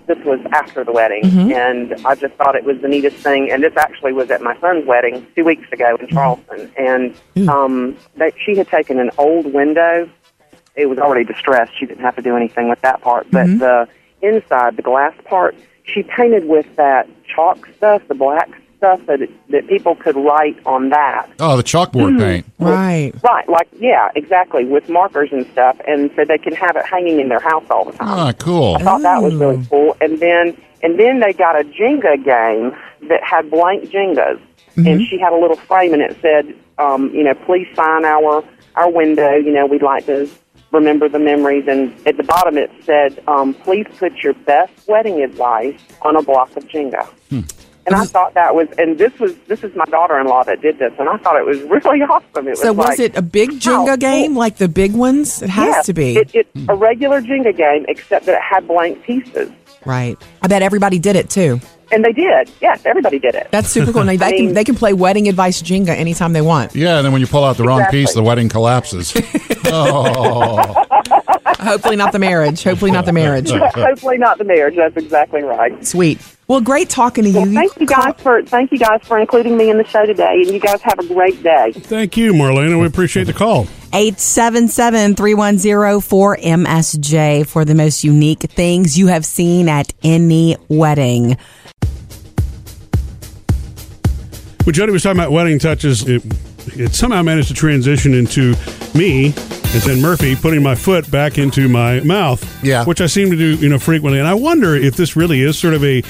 L: This was after the wedding, and I just thought it was the neatest thing. And this actually was at my son's wedding two weeks ago in Charleston. And um, they, she had taken an old window. It was already distressed. She didn't have to do anything with that part. But the inside, the glass part, she painted with that chalk stuff, the black stuff that, it, that people could write on that.
C: Oh, the chalkboard paint.
B: Right.
L: Right, like, yeah, exactly, with markers and stuff. And so they can have it hanging in their house all the time.
C: Ah, cool.
L: I thought that was really cool. And then and then they got a Jenga game that had blank Jengas,
C: Hmm.
L: and she had a little frame, and it said, um, you know, please sign our our window. You know, we'd like to remember the memories. And at the bottom it said, um, please put your best wedding advice on a block of Jenga.
C: Hmm.
L: And I thought that was, and this was this is my daughter-in-law that did this, and I thought it was (laughs) really awesome. It
M: So
L: was
M: was
L: like,
M: it a big
L: wow,
M: Jenga
L: cool.
M: game like the big ones? It has
L: Yeah,
M: to be.
L: It, it's a regular Jenga game, except that it had blank pieces.
B: Right.
M: I bet everybody did it too.
L: And they did. Yes, everybody did it.
M: That's super cool. Now, they can they can play wedding advice Jenga anytime they want.
C: Yeah, and then when you pull out the wrong piece,
L: Exactly.
C: the wedding collapses. Oh.
M: Hopefully not the marriage. Hopefully not the marriage.
L: Hopefully not the marriage. That's exactly right.
M: Sweet. Well, great talking to you.
L: Well, thank you guys for thank you guys for including me in the show today, and you guys have a great day.
A: Thank you, Marlena.
K: (laughs)
A: We appreciate the call.
B: 877-310-4MSJ for the most unique things you have seen at any wedding.
A: Well, Jody was talking about wedding touches. It, it somehow managed to transition into me and then Murphy putting my foot back into my mouth.
C: Yeah.
A: Which I seem to do, you know, frequently. And I wonder if this really is sort of a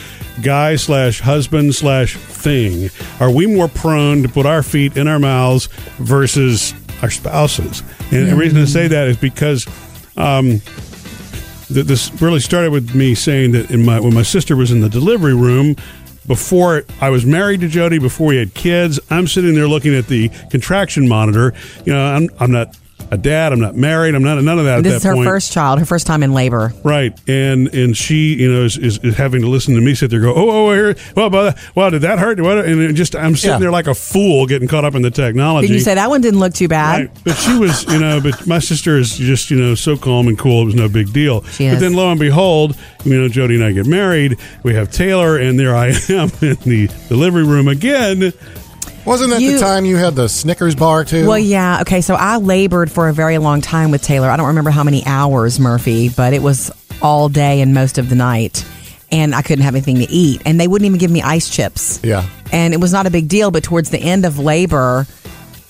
A: guy slash husband slash thing. Are we more prone to put our feet in our mouths versus our spouses? And the reason I say that is because um, th- this really started with me saying that in my when my sister was in the delivery room before I was married to Jody, before we had kids, I'm sitting there looking at the contraction monitor. You know, I'm I'm not. I a dad. I'm not married. I'm not none of that.
B: this
A: at
B: is
A: that
B: her
A: point.
B: first child, her first time in labor.
A: Right, and and she, you know, is, is, is having to listen to me sit there, go, oh, oh, here, well, but, well, did that hurt? What? And it just, I'm sitting
B: Yeah.
A: there like a fool, getting caught up in the technology.
B: Did you say that one didn't look too bad?
A: Right. But she was, you know, but my sister is just, you know, so calm and cool. It was no big deal.
B: She
A: but
B: is.
A: then lo and behold, you know, Jody and I get married. We have Taylor, and there I (laughs) am in the delivery room again.
C: Wasn't that
B: You-
C: the time you had the Snickers bar too?
B: Well, yeah. Okay, so I labored for a very long time with Taylor. I don't remember how many hours, Murphy, but it was all day and most of the night. And I couldn't have anything to eat. And they wouldn't even give me ice chips.
C: Yeah.
B: And it was not a big deal, but towards the end of labor,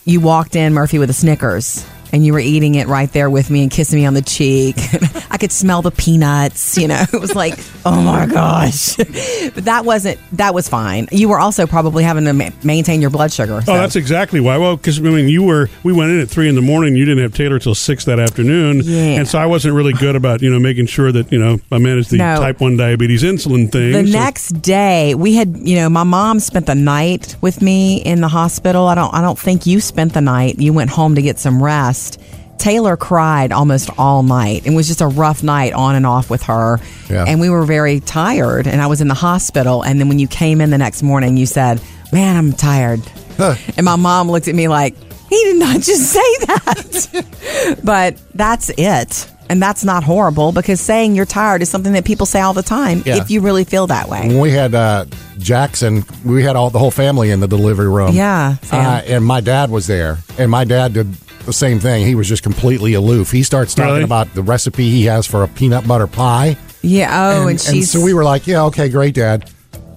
B: you walked in, Murphy, with a Snickers. And you were eating it right there with me and kissing me on the cheek. (laughs) I could smell the peanuts, you know. (laughs) It was like, oh my gosh. (laughs) but that wasn't, that was fine. You were also probably having to ma- maintain your blood sugar. so-
A: Oh, that's exactly why. Well, because I mean, you were we went in at three in the morning. You didn't have Taylor till six that afternoon,
B: Yeah.
A: and so I wasn't really good about you know making sure that you know I managed the
B: No.
A: type one diabetes insulin thing.
B: The
A: so-
B: next day, we had you know my mom spent the night with me in the hospital. I don't I don't think you spent the night. You went home to get some rest. Taylor cried almost all night. It was just a rough night on and off with her.
N: Yeah.
B: And we were very tired and I was in the hospital and then when you came in the next morning you said, "Man, I'm tired." And my mom looked at me like, "He did not just (laughs) say that." but that's it. And that's not horrible because saying you're tired is something that people say all the time
C: Yeah.
B: if you really feel that way.
C: When we had uh, Jackson, we had all the whole family in the delivery room.
B: Yeah, Sam.
C: uh, and my dad was there, and my dad did the same thing. He was just completely aloof. He starts talking
B: Really?
C: about the recipe he has for a peanut butter pie.
B: Yeah. Oh, and, she's
C: so we were like, yeah, okay, great, Dad.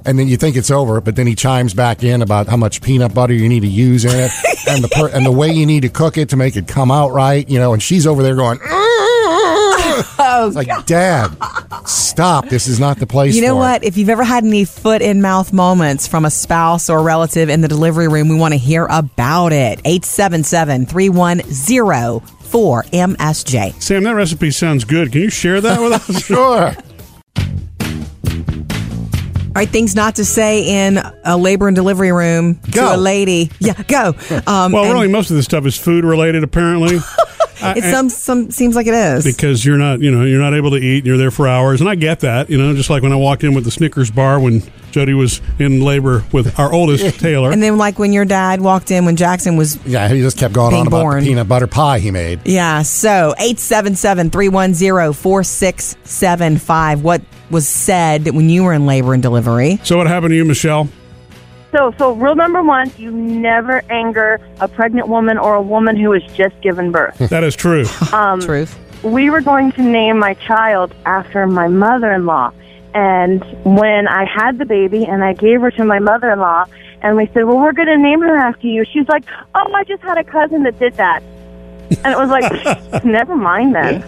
C: And then you think it's over, but then he chimes back in about how much peanut butter you need to use in
B: (laughs)
C: it, and the per- and the way you need to cook it to make it come out right, you know. And she's over there going, (laughs)
B: oh,
C: it's like, Dad, stop! This is not the place.
B: you know
C: for it."
B: what? If you've ever had any foot in mouth moments from a spouse or relative in the delivery room, we want to hear about it. 877 310 4MSJ.
A: Sam, that recipe sounds good. Can you share that with us? (laughs)
C: sure.
B: All right, things not to say in a labor and delivery room
A: Go.
B: to a lady. Yeah,
A: (laughs)
B: go. Um,
A: well,
B: and
A: really, most uh, of this stuff is food related, apparently. I-
B: (laughs) It
A: I-
B: some some seems like it is.
A: because you're not you know you're not able to eat and you're there for hours and i get that you know just like when i walked in with the snickers bar when jody was in labor with our
B: (laughs)
A: (laughs) oldest taylor
B: and then like when your dad walked in when Jackson was
C: Yeah, he just kept going
B: Being
C: on about
B: born.
C: the peanut butter pie he made.
B: Yeah, so 877-310-4675. What was said when you were in labor and delivery?
A: So what happened to you, Michelle?
O: So, so rule number one: you never anger a pregnant woman or a woman who has just given birth.
A: (laughs) that is
B: (laughs)
A: true
O: Um,
B: Truth.
O: We were going to name my child after my mother-in-law, and when I had the baby and I gave her to my mother-in-law, and we said, "Well, we're going to name her after you," she's like, "Oh, I just had a cousin that did that," and it was like, (laughs) "Never mind then."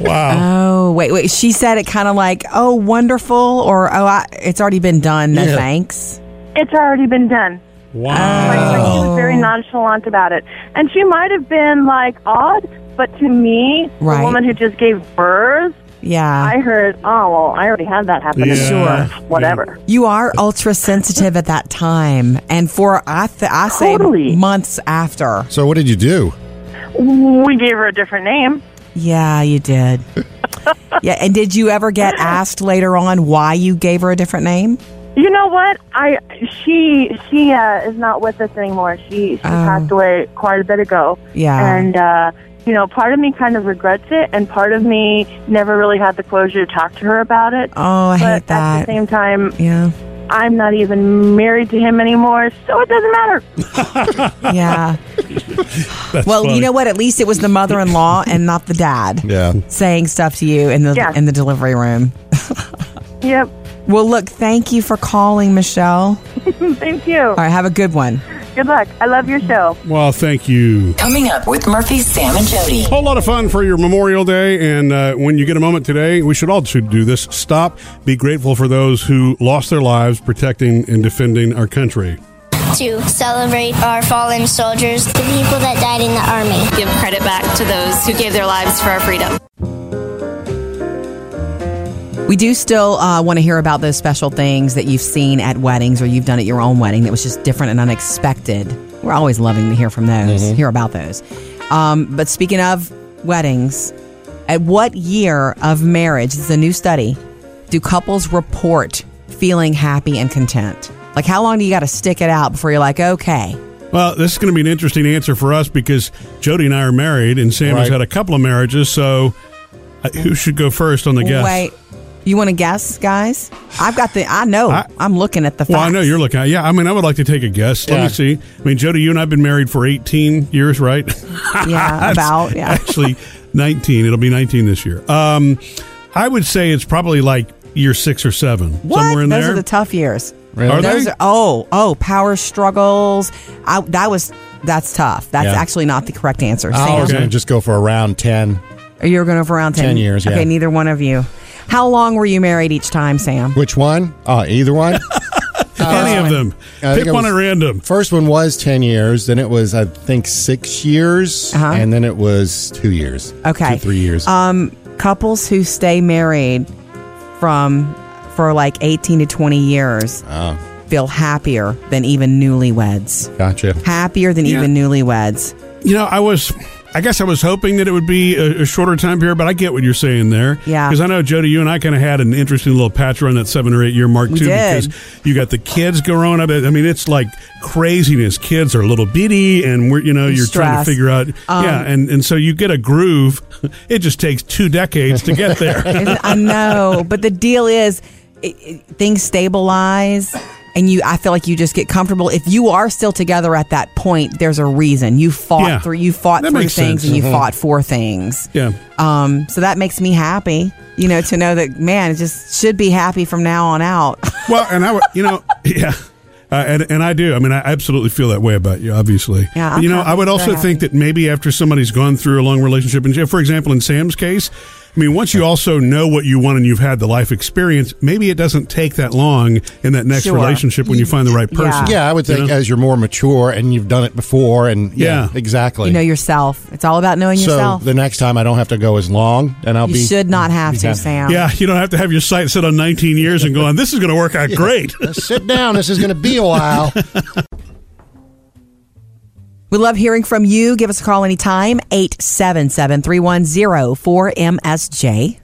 B: Wow. Oh, wait, wait. She said it kind of like, "Oh, wonderful," or "Oh, I, it's already been done. No
O: Yeah.
B: thanks."
O: It's already been done. Like, she was very nonchalant about it. And she might have been like odd, but to me,
B: Right. Ah.
O: the woman who just gave birth,
B: Yeah.
O: I heard, oh, well, I already had that happen.
B: Yeah.
O: Sure. Whatever.
B: You are ultra sensitive at that time, and for I, th- I say months after.
C: So what did you do?
O: We gave her a different name.
B: Yeah, you did. yeah, and did you ever get asked later on why you gave her a different name?
O: You know what? I she she uh, is not with us anymore. She she passed away quite a bit ago.
B: Oh. Yeah.
O: And uh, you know, part of me kind of regrets it, and part of me never really had the closure to talk to her about it.
B: Oh, I
O: but
B: hate
O: At
B: that.
O: the same time,
B: Yeah.
O: I'm not even married to him anymore, so it doesn't matter.
B: (laughs)
O: (laughs)
B: Yeah.
A: That's
B: well,
A: funny.
B: you know what? At least it was the mother-in-law and not the dad.
C: Yeah.
B: Saying stuff to you in the
O: Yeah.
B: in the delivery room.
O: yep.
B: Well, look, thank you for calling, Michelle.
O: (laughs) Thank you. All
B: right, have a good one.
O: Good luck. I love your show.
A: well thank you
D: Coming up with Murphy, Sam, and Jody.
A: whole lot of fun for your memorial day and uh, when you get a moment today we should all should do this stop be grateful for those who lost their lives protecting and defending our country
P: to celebrate our fallen soldiers, the people that died in the army. Give credit back to those who gave their lives for our freedom.
B: We do still uh, want to hear about those special things that you've seen at weddings or you've done at your own wedding that was just different and unexpected. We're always loving to hear from those, hear about those. Um, but speaking of weddings, at what year of marriage, this is a new study, do couples report feeling happy and content? Like, how long do you got to stick it out before you're like, okay?
A: Well, this is going to be an interesting answer for us because Jody and I are married, and Sam has
B: Right.
A: had a couple of marriages. So, uh, who should go first on the guess?
B: Wait, you want to guess, guys? I've got the. I know. I, am looking at the. Facts.
A: Well, I know you're looking. At, yeah, I mean, I would like to take a guess. Let
B: Yeah.
A: me see. I mean, Jody, you and I've been married for 18 years, right? (laughs)
B: Yeah, about, yeah.
A: Actually, 19. It'll be 19 this year. Um, I would say it's probably like year six or seven,
B: What?
A: somewhere in
B: Those
A: there.
B: are the tough years.
A: Really? Are
B: Those
A: they?
B: Are, oh, oh, power struggles. I, that was that's tough. That's
C: Yeah.
B: actually not the correct answer.
A: Oh,
C: I was
B: Sam,
C: going to Oh, just go for around 10,
B: you're going over around 10,
C: 10 years, yeah.
B: Okay, neither one of you. How long were you married each time, Sam?
C: Which one? Uh, either one?
A: (laughs) Any of them.
C: I think
A: Pick
C: it
A: one
C: was-
A: at random.
C: First one was 10 years, then it was, I think, six years, and then it was two years.
B: Uh-huh. Okay,
C: Two, three years.
B: Um, couples who stay married from for like 18 to 20 years
C: Oh.
B: feel happier than even newlyweds.
C: Gotcha.
B: Happier than
A: Yeah.
B: even newlyweds.
A: You know, I was. I guess I was hoping that it would be a, a shorter time period, but I get what you're saying there.
B: Yeah.
A: Because I know, Jody, you and I kind of had an interesting little patch around that seven or eight year mark,
B: We
A: too.
B: did.
A: Because you got the kids growing up. I mean, it's like craziness. Kids are little bitty, and we're, you know, you're trying
B: Stress.
A: to figure out.
B: Um,
A: yeah. And, and so you get a groove. It just takes two decades (laughs) to
B: (laughs)
A: get there.
B: Isn't- I know, but the deal is it, it- things stabilize and you I feel like you just get comfortable. If you are still together at that point, there's a reason. You fought
A: Yeah.
B: through you fought
A: That
B: through
A: makes
B: things
A: sense.
B: and you
A: Mhm.
B: fought for things.
A: Yeah.
B: Um so that makes me happy, you know, to know that man, it just should be happy from now on out.
A: well, and I, would- you know, yeah. Uh, and, and I do. I mean, I absolutely feel that way about you, obviously.
B: Yeah,
A: But, you
B: I'm
A: know, I would
B: happy-
A: also
B: very happy.
A: think that maybe after somebody's gone through a long relationship, and for example, in Sam's case, I mean, once you also know what you want and you've had the life experience, maybe it doesn't take that long in that next
C: Sure.
A: relationship when you find the right person.
C: Yeah, I would
A: You
C: think
A: know?
C: as you're more mature and you've done it before, and yeah,
B: (laughs)
C: exactly.
B: You know yourself. It's all about knowing
C: so
B: yourself.
C: the next time I don't have to go as long, and I'll
B: You
C: be.
B: should not have to,
C: Yeah.
B: Sam.
A: Yeah, (laughs) you don't have to have your sight set on 19 years and go on, this is going to work out great.
C: Sit down. This is going to be a while.
B: We love hearing from you. Give us a call anytime, 877 310 4MSJ.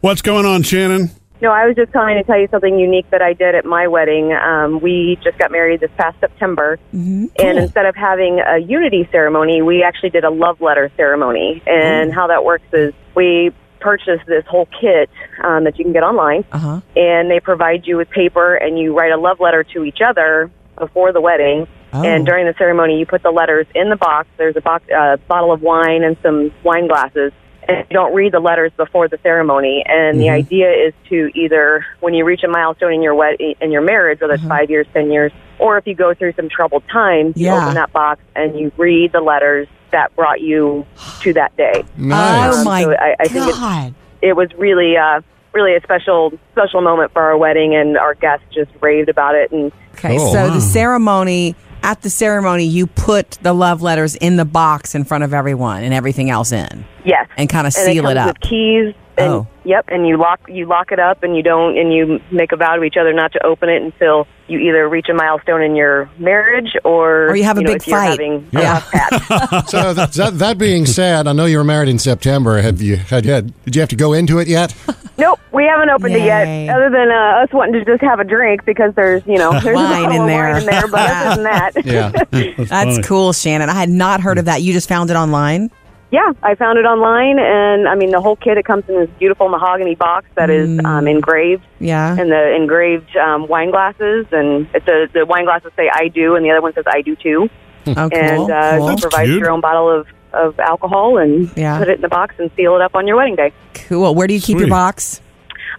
A: What's going on, Shannon?
N: No, I was just calling to tell you something unique that I did at my wedding. Um, we just got married this past September, and instead of having a unity ceremony, we actually did a love letter ceremony. And how that works is we purchased this whole kit um, that you can get online,
B: Uh-huh.
N: and they provide you with paper, and you write a love letter to each other before the wedding.
B: Oh.
N: And during the ceremony, you put the letters in the box. There's a box, uh, bottle of wine and some wine glasses. And you don't read the letters before the ceremony. And the
B: Mm-hmm.
Q: Mhm.
N: idea is to either, when you reach a milestone in your wed- in your marriage, whether it's
B: Uh-huh.
N: five years, ten years, or if you go through some troubled times, you
B: Yeah.
N: open that box and you read the letters that brought you to that day. Um,
B: Nice. Oh, my
N: so I, I think it's-
B: God.
N: it was really uh really a special special moment for our wedding and our guests just raved about it and
B: Okay,
C: Oh,
B: so the ceremony, at the ceremony, you put the love letters in the box in front of everyone and everything else in.
N: yes
B: And kind of
N: And
B: seal
N: comes
B: it up.
N: with keys and
B: Oh.
N: yep and you lock you lock it up and you don't and you make a vow to each other not to open it until you either reach a milestone in your marriage or
B: Or you have a
N: know,
B: big
N: if you're
B: fight.
N: having a
C: Yeah.
N: rough patch.
C: (laughs) so that, that, that being said, I know you were married in September. Have you had, had did you have to go into it (laughs) yet?
N: Nope, we haven't opened it yet. Other than uh, us wanting to just have a drink because there's
B: (laughs)
N: you know there's
B: Wine
N: a bottle
B: in
N: of
B: there.
N: wine in there, but other than that,
C: Yeah.
B: (laughs)
N: (laughs)
B: That's,
N: funny.
B: cool, Shannon. I had not heard of that. You just found it online?
N: Yeah, I found it online, and I mean the whole kit. It comes in this beautiful mahogany box that is
B: Mm.
N: um, engraved,
B: Yeah.
N: and the engraved um, wine glasses, and it's a, the wine glasses say "I do," and the other one says "I do too."
B: Oh, cool,
N: and uh,
B: cool.
N: you
B: That's
N: provide
B: cute.
N: your own bottle of, of alcohol and
B: Yeah.
N: put it in the box and seal it up on your wedding day.
B: Cool.
N: (laughs)
B: Where do you keep your
N: Sweet.
B: box?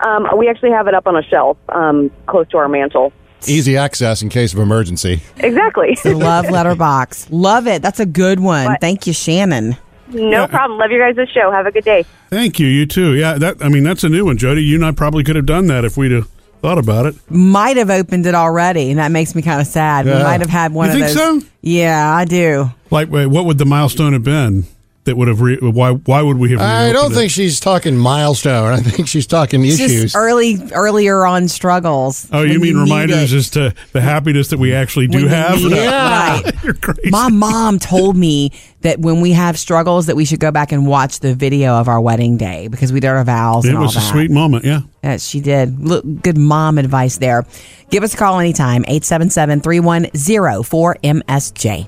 N: Um, we actually have it up on a shelf um, close to our mantle.
C: Easy access in case of emergency.
N: Exactly.
B: The love letter box. Love it. That's a good one. Thank you, Shannon.
N: No problem. Love you guys' show. Have a good day.
A: (laughs) Thank you. You too. Yeah, that. I mean, that's a new one, Jody. You and I probably could have done that if we'd have thought about it.
B: Might have opened it already, and that makes me kind of sad.
A: Yeah.
B: We might have had one
A: You
B: of
A: think
B: those.
A: so?
B: Yeah, I do.
A: Like, wait, what would the milestone have been? that would have re- why why would we have?
C: I don't
A: reopened it?
C: think she's talking milestone. I think she's talking
B: It's just
C: issues.
B: early earlier on struggles.
A: Oh,
B: when
A: you mean
B: need
A: reminders
B: it.
A: as to the happiness that we actually do
B: When you
A: have?
B: need it, right.
A: (laughs) You're crazy.
B: My mom told me that when we have struggles, that we should go back and watch the video of our wedding day because we did our vows.
A: It
B: and all
A: was a
B: that.
A: sweet moment, yeah.
B: Yes, she did. Look, good mom advice there. Give us a call anytime, 877-310-4MSJ.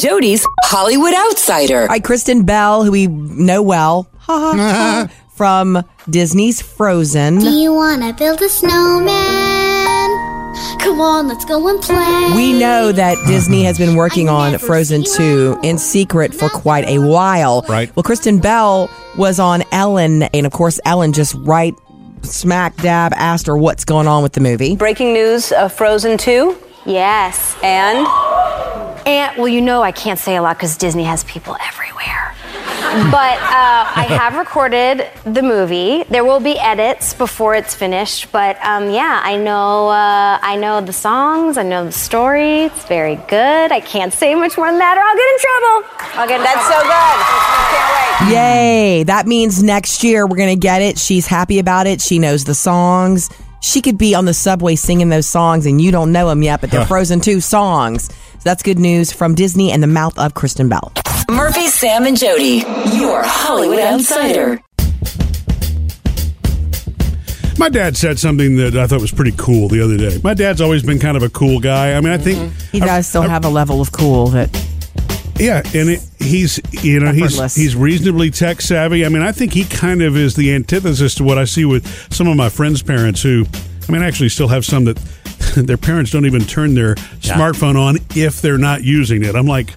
D: Jody's Hollywood Outsider.
B: All right, Kristen Bell, who we know well ha, ha, ha, (laughs) from Disney's Frozen.
Q: Do you wanna build a snowman? Come on, let's go and play.
B: We know that Disney has been working on Frozen 2 in secret for quite a while. Right. Well, Kristen Bell was on Ellen, and of course, Ellen just right smack dab asked her what's going on with the movie.
R: Breaking news of Frozen 2? Yes. And?
S: And, well, you know, I can't say a lot because Disney has people everywhere. but uh, I have recorded the movie. There will be edits before it's finished. But um, yeah, I know, uh, I know the songs. I know the story. It's very good. I can't say much more than that, or I'll get in trouble. I'll get in
R: That's so
S: trouble.
B: Yay! That means next year we're going to get it. She's happy about it. She knows the songs. She could be on the subway singing those songs, and you don't know them yet, but they're
D: Huh.
B: Frozen 2 songs. So that's good news from Disney and the mouth of Kristen Bell.
D: Murphy, Sam, and Jody, your Hollywood Outsider.
A: My dad said something that I thought was pretty cool the other day. My dad's always been kind of a cool guy. I mean, I think
B: Mm-hmm. He does still have a level of cool that.
A: Yeah, and it, he's you know
B: Effortless.
A: he's he's reasonably tech savvy. I mean, I think he kind of is the antithesis to what I see with some of my friends' parents who, I mean, I actually still have some that (laughs) their parents don't even turn their smartphone on if they're not using it. I'm like,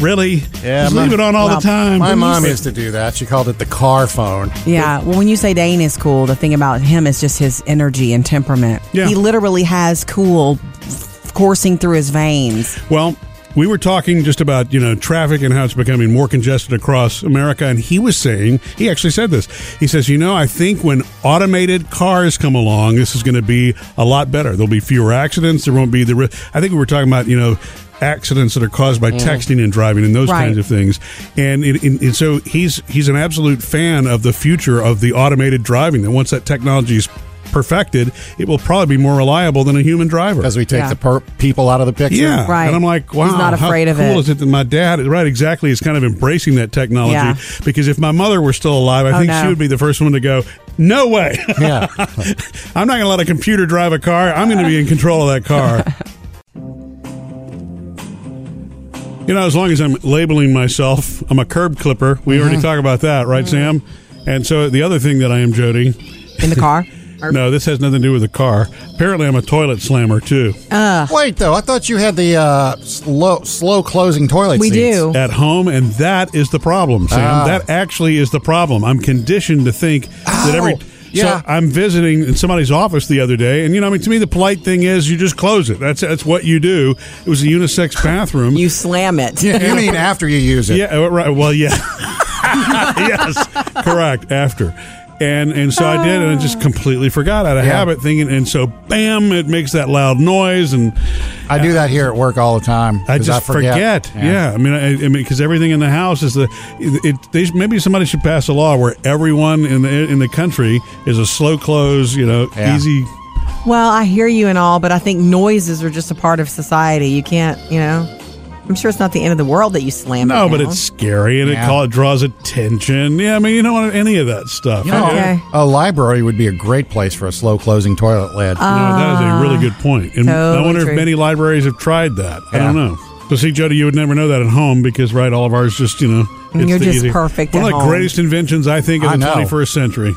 A: really?
C: Yeah,
A: Just
C: my-
A: leave it on all
C: well,
A: the time.
C: My mom used to do that. She called it the car phone.
B: Yeah, well, when you say Dane is cool, the thing about him is just his energy and temperament. He literally has cool coursing through his veins.
A: Well, we were talking just about you know traffic and how it's becoming more congested across America, and he was saying he actually said this. He says, you know, I think when automated cars come along, this is going to be a lot better. There'll be fewer accidents. There won't be the. ri- I think we were talking about you know accidents that are caused by
B: Mm.
T: Mhm.
A: texting and driving and those
T: Right.
A: kinds of things. And, it, and, and so he's he's an absolute fan of the future of the automated driving. That once that technology is perfected, it will probably be more reliable than a human driver
C: As we take Yeah. the per- people out of the picture.
A: Yeah,
C: Right.
A: And I'm like,
C: He's
A: wow,
C: not afraid
A: how
C: of
A: cool
C: it.
A: is it that my dad, right? Exactly, is kind of embracing that technology
B: Yeah.
A: because if my mother were still alive, I
B: Oh,
A: think
B: no.
A: she would be the first one to go. No way.
C: Yeah.
A: (laughs) I'm not going to let a computer drive a car. I'm going to be in control of that car. You know, as long as I'm labeling myself, I'm a curb clipper. We already talk about that, right, Sam? And so the other thing that I am, Jody,
B: in the car.
A: (laughs) no, this has nothing to do with the car. Apparently, I'm a toilet slammer too.
C: Wait, though. I thought you had the uh, slow, slow closing toilet seats.
A: at home, and that is the problem, Sam.
C: Ah.
A: That actually is the problem. I'm conditioned to think that every.
C: Oh, yeah.
A: So I'm visiting in somebody's office the other day, and you know, I mean, to me, the polite thing is you just close it. That's that's what you do. It was a unisex bathroom.
B: you slam
C: (laughs)
B: it.
C: You mean after you use it?
A: Yeah. uh, Right. Well, yeah. yes. Correct. After. And and so I did, and I just completely forgot out of
C: Yeah.
A: habit, thinking, and so bam, it makes that loud noise, and
C: I do that here at work all the time.
A: I
C: 'cause
A: just forget. Yeah. I mean, I, I mean, because everything in the house is the. It, it- they, maybe somebody should pass a law where everyone in the in the country is a slow close. You know, easy.
B: Well, I hear you and all, but I think noises are just a part of society. You can't, you know. I'm sure it's not the end of the world that you slam.
A: No,
B: it
A: but
B: down.
A: it's scary and
B: Yeah.
A: it call it draws attention. Yeah, I mean, you don't want any of that stuff.
C: You know,
B: Okay.
C: Oh. A library would be a great place for a slow closing toilet lid.
A: No, that is a really good point. And I
C: Ah. totally
A: wonder
C: true.
A: if many libraries have tried that. I don't
C: Yeah.
A: know. So see, Jody, you would never know that at home because, right, all of ours just, you know, it's
B: You're
A: the
B: just
A: easy-
B: perfect
A: One
B: at
A: of the
B: home.
A: greatest inventions, I think, of
B: I
A: the
B: know.
A: 21st century.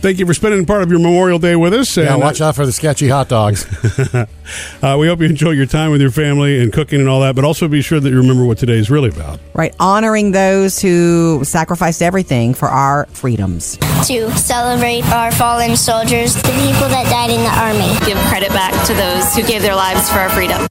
A: Thank you for spending part of your Memorial Day with us.
C: Yeah,
A: and,
C: watch out for the sketchy hot dogs.
A: (laughs) uh, we hope you enjoy your time with your family and cooking and all that, but also be sure that you remember what today is really about.
B: Right, honoring those who sacrificed everything for our freedoms.
P: To celebrate our fallen soldiers, the people that died in the army.
S: Give credit back to those who gave their lives for our freedom.